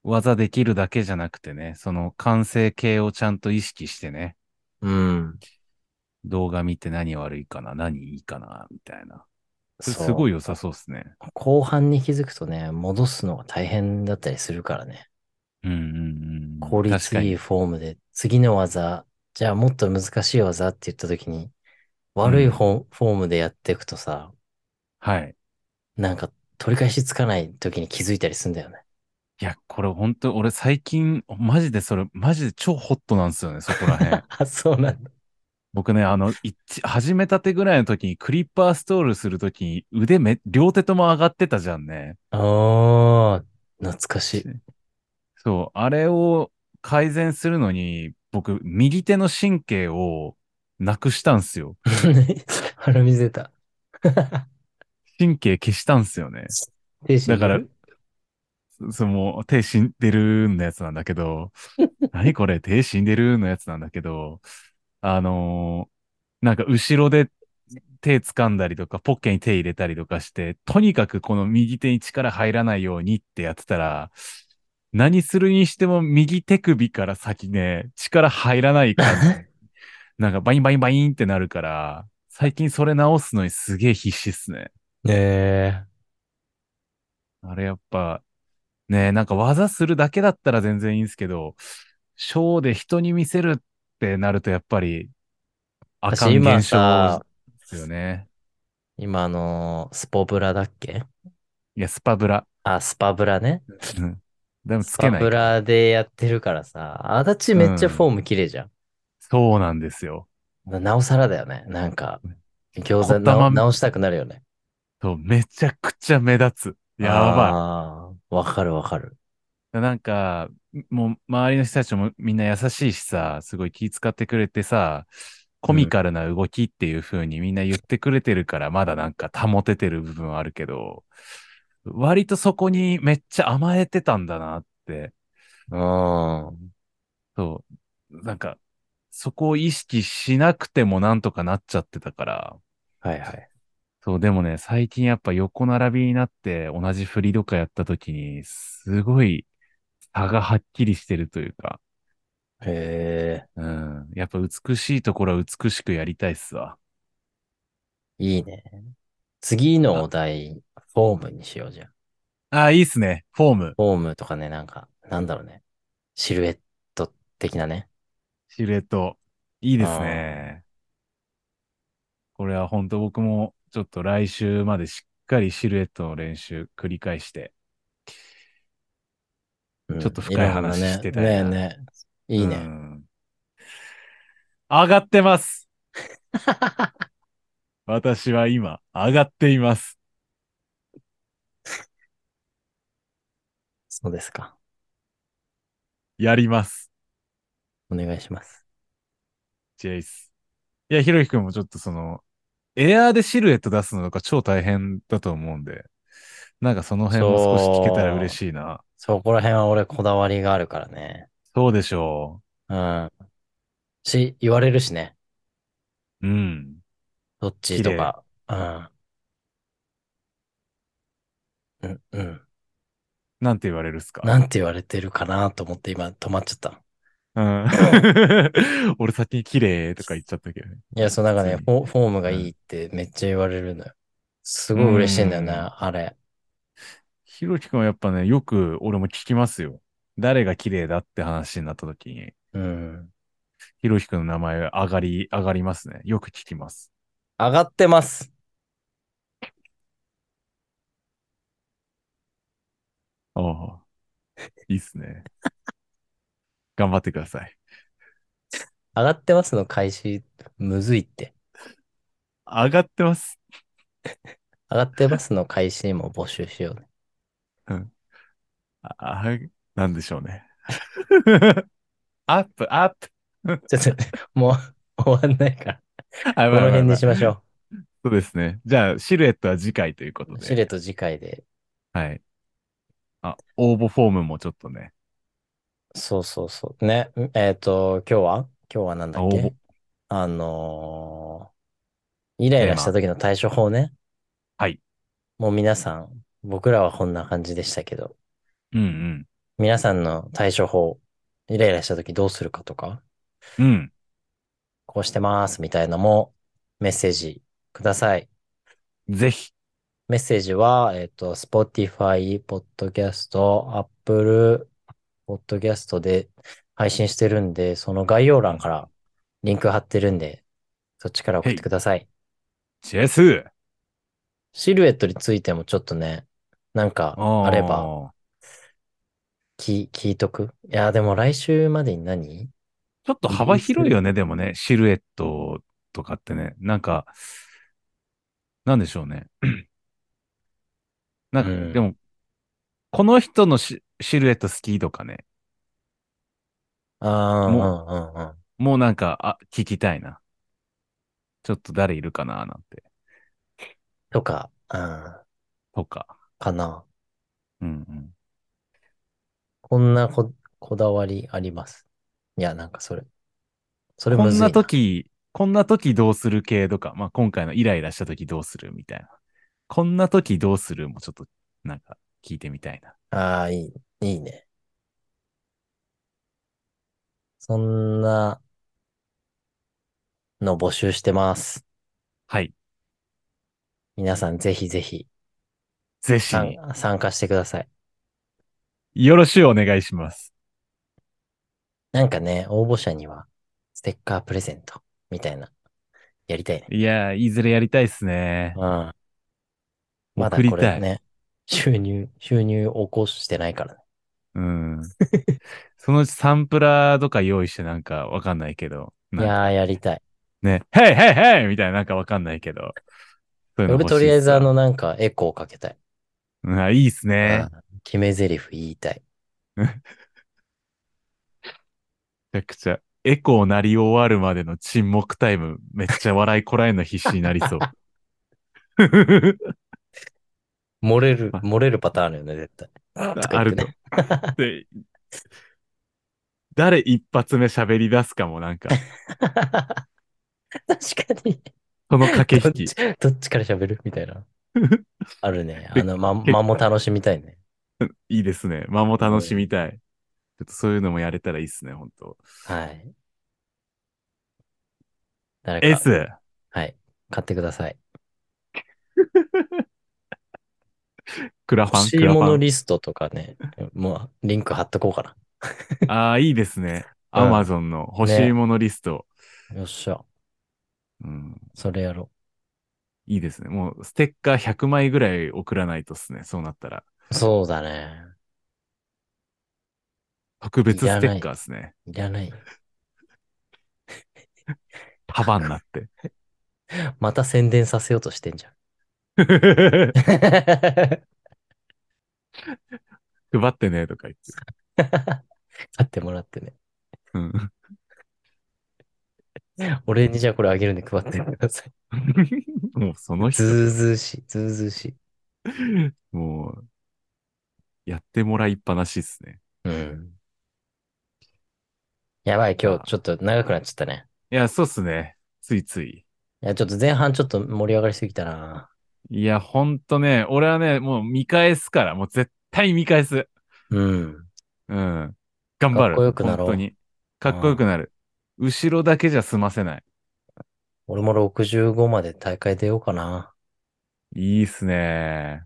う。技できるだけじゃなくてね、その完成形をちゃんと意識してね、
うん。
動画見て何悪いかな、何いいかな、みたいな。それ
そう
すごい良さそうですね。
後半に気づくとね、戻すのが大変だったりするからね。
うんうんうん。
効率いい
確
フォームで、次の技、じゃあもっと難しい技って言った時に、悪いフォ,、フォームでやっていくとさ、
かに。はい。
なんか取り返しつかない時に気づいたりすんだよね。
いや、これ本当俺最近、マジでそれ、マジで超ホットなんですよね、そこら 辺。
あ、そうなんだ。
僕ね、あの、一始めたてぐらいの時にクリッパーストールする時に腕め、両手とも上がってたじゃんね。
ああ、懐かしい。
そう、あれを改善するのに、僕、右手の神経をなくしたんすよ。
腹見せた。
神経消したんすよね。だから
精神
その、手死んでるのやつなんだけど、何これ、手死んでるのやつなんだけど、あのーなんか後ろで手掴んだりとか、ポッケに手入れたりとかして、とにかくこの右手に力入らないようにってやってたら、何するにしても右手首から先ね、力入らないから、 なんかバインバインバインってなるから、最近それ直すのにすげえ必死っすね。
ねえ。
あれやっぱ、ねえ、なんか技するだけだったら全然いいんですけど、ショーで人に見せるってなるとやっぱり、あかん
私今
現象
さ
ですよね。
今あのースポブラだっけ
いや、スパブラ。
あ、スパブラね。
うんでもつ
ス
け
パ
ない
ブ。ラでやってるからさ、足立めっちゃ
うん
フォーム綺麗じゃん。
そうなんですよ。
なおさらだよね。なんか、餃子
凝った
な
ま
お
ん
直したくなるよね。
そう、めちゃくちゃ目立つ。やば
ばい。わかるわかる。
い。なんか、もう周りの人たちもみんな優しいしさ、すごい気遣ってくれてさ、コミカルな動きっていう風にみんな言ってくれてるから、まだなんか保ててる部分はあるけど、割とそこにめっちゃ甘えてたんだなって、
うん。
そう、なんか、そこを意識しなくてもなんとかなっちゃってたから、
はいはい。
そう、でもね、最近やっぱ横並びになって同じ振りとかやった時に、すごい差がはっきりしてるというか、
へえ、
うん、やっぱ美しいところは美しくやりたいっすわ。
いいね。次のお題、フォームにしようじゃん。
ああ、いいっすね。フォーム。
フォームとかね、なんか、なんだろうね。シルエット的なね。
シルエット。いいですね。これは本当僕もちょっと来週までしっかりシルエットの練習繰り返して。
うん
ちょっと深い
ろんな
話
ね
してたいな
ねえねえ。いいうね。
ん上がってます。私は今、上がっています。
そうですか。
やります。
お願いします。
ジェイス。いや、ひろゆきくんもちょっとその、エアーでシルエット出すのとか超大変だと思うんで、なんかその辺も少し聞けたら嬉しいな。
そこら辺は俺こだわりがあるからね。
そうでしょ
うん。し、言われるしね。
う。うん。
どっちとか。うん。うん、うん。
なんて言われるっすか
なんて言われてるかなと思って今止まっちゃった。
うん、 俺先に綺麗とか言っちゃったけどね。
いや、そう、なんかね
普、
フォフォームがいいってめっちゃ言われるのよ。すごい嬉しいんだよね、
うん
あれ。
ひろきくんはやっぱね、よく俺も聞きますよ。誰が綺麗だって話になった時に、
うん。
ひろきくんの名前上がり、上がりますね。よく聞きます。
上がってます。
ああ。いいっすね。頑張ってください。
上がってますの開始、むずいって。
上がってます。
上がってますの開始も募集しようね。
あ、あなんでしょう ね。アップ、アップ。
ちょっと、もう 終わんないから。
あ、
こ
やば
の
いやばいやばい
辺にしましょ
そうですね。じゃあ、シルエットは次回ということ
う。
で。
シレと次回で。
はい。あ、応募フォームもちょっとね。
そうそうそう。ね。えっと、今日は今日はなんだ
あ
っ
応
け
募。
あのーイライラした時の対処法ね。
はい。
もう皆さん、僕らはこんな感じでしたけど、
うん
皆さんの対処法、イライラした時どうするかとか、
うん。うん。
こうしてますみたいなのもメッセージください。
ぜひ。
メッセージは、えっと、Spotify、Podcast、Apple、Podcast で配信してるんで、その概要欄からリンク貼ってるんで、そっちから送ってください。
チェス
シルエットについてもちょっとね、なんかあれば。聞聞いとく。いや、でも来週までに何
ちょっと幅広いよね、でもね、シルエットとかってね、なんか、なんでしょうね。 なんか、
うん
でも、この人のシシルエット好きとかね、
あー、うん
も
うんうん。
もうなんか、あ、聞きたいな。ちょっと誰いるかな、なんて、
とか、うん、
とか。
かな。
うんうん。
こんなこ、こだわりあります。いや、なんかそれ。それ
こ
む
ん
ずい
な
な。
時、こんな時どうする系とか、まあ今回のイライラした時どうするみたいな。こんな時どうするもちょっと、なんか、聞いてみたいな。
ああ、いい、いいね。そんなの募集してます。
はい。
皆さんぜひぜひ
ぜひ、
参参加してください。
よろしくお願いします。
なんかね、応募者にはステッカープレゼントみたいな、やりたいね。
いやー、いずれやりたいっすね。
うん。まだ
送り
こ
た
れ
い。
ね、収入、収入起こしてないからね。
うん。そのうちサンプラーとか用意してなんかわかんないけど。
い
なんか
やー、やりたい。
ね、ヘイヘイヘイみたいななんかわかんないけど。そういうの
俺
欲しい
と
っす
りあえずあの、なんかエコーかけたい。
うんあ、いいっすね。
うん決め台詞言いたい。
めちゃくちゃ。エコーなり終わるまでの沈黙タイム、めっちゃ笑いこらえるの必死になり そう。
漏れる、
まあ
漏れるパターンあるよね、絶対。とか
あ
言っ
る
て
と
ね。。
で誰一発目喋り出すかもなんか、
確かに。
その駆け
どっ
引き
ち。、どっちから喋るみたいな。ある ね。あ
で
の、ま、
構
間も楽しみたいね。
いいですね。間も楽しみたい。ちょっとそういうのもやれたらいいっすね、本当
はい。誰か、
S!
はい。買ってください。
クラフ
欲
ァン、
し
ク
い
ラフ
もの
ァン。
リストとかね。もう、リンク貼っとこうか
ああ、いいですね。
うん
アマゾンの欲しいものリスト、
な。よっしゃ。
うん。
それやろ
いいですね。もうステッカー100枚ぐらい送らないとっすね。そうなったら。
う。そうだね。
特別ステッカーで すね。
いらない。
束になって。
また宣伝させようとしてんじゃん。
配ってねとか言って。
買ってもらってね。
うん、
俺にじゃあこれあげるんで配ってください。
もうそ の
ず
人、
うずうしい、ずうずうしい。
もう、やってもらいっぱなしっすね。
うん。やばい、今
あ
日ちょっと長くなっちゃったね。
いや、そうっすね。ついつい。
いや、ちょっと前半ちょっと盛り上がりすぎたな。
いや、ほんとね、俺はね、もう見返すから、もう絶対見返す。
うん。
うん。頑張
かっ
る。
こよくなろう
本当に。かっこよくなる。後ろだけじゃ済ませない。
俺も65まで大会出ようかな。
いいっすね。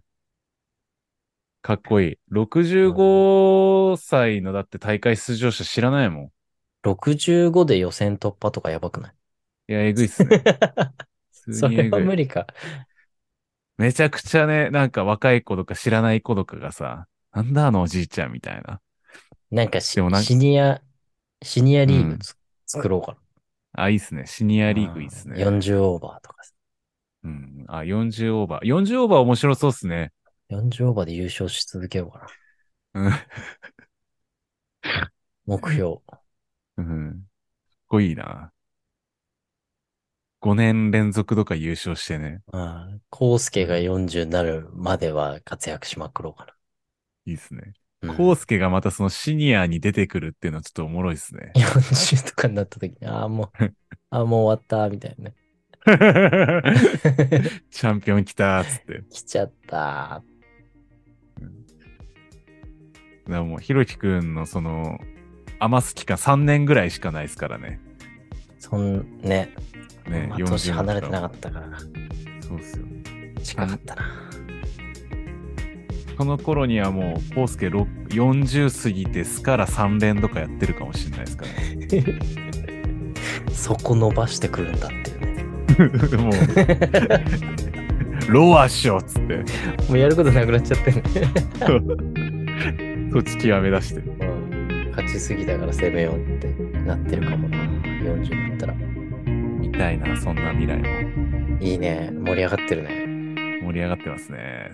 かっこいい。65歳のだって大会出場者知らないもん。
65で予選突破とかやばくない
いや、えぐいっすね。普通
そ
にえ
れ
ぐ
はい無理か。
めちゃくちゃね、なんか若い子とか知らない子とかがさ、なんだあのおじいちゃんみたいな。
なんかし
でもなんか
シニア、シニアリーグつ作ろうかな。
あ、いいっすね。シニアリーグいいっすね。
うん40オーバーとかさ。
うん。あ、40オーバー。40オーバー面白そうっすね。
40オーバーで優勝し続けようか
うん。
な。目標。
うん。かっこいいな。5年連続とか優勝してね。
うん。コウスケが40になるまでは活躍しまくろうか
いいっすね。
な。うん。
コウスケがまたそのシニアに出てくるっていうのはちょっとおもろいっすね
40とか になった時に、ああ、 もう、ああ、もう終わった、みたいなね。
チャンピオン来たーっつって。
来ちゃった
だからもう、ひろきくんのその、余す期間3年ぐらいしかないですからね。
そんね、
ね
まあ、年
40
離れてなかったからな。
そうっすよ。
近かったな。
その頃にはもう、コウスケ6 40過ぎてスから3連とかやってるかもしれないですから ね。
そこ伸ばしてくるんだっていうね。
もう、ロアっしょっつって、
もうやることなくなっちゃってね。
そっち極め出してる。
うん勝ちすぎだから攻めようってなってるかもな。40になったら。
みたいな、そんな未来も
いいね。盛り上がってるね。
盛り上がってますね。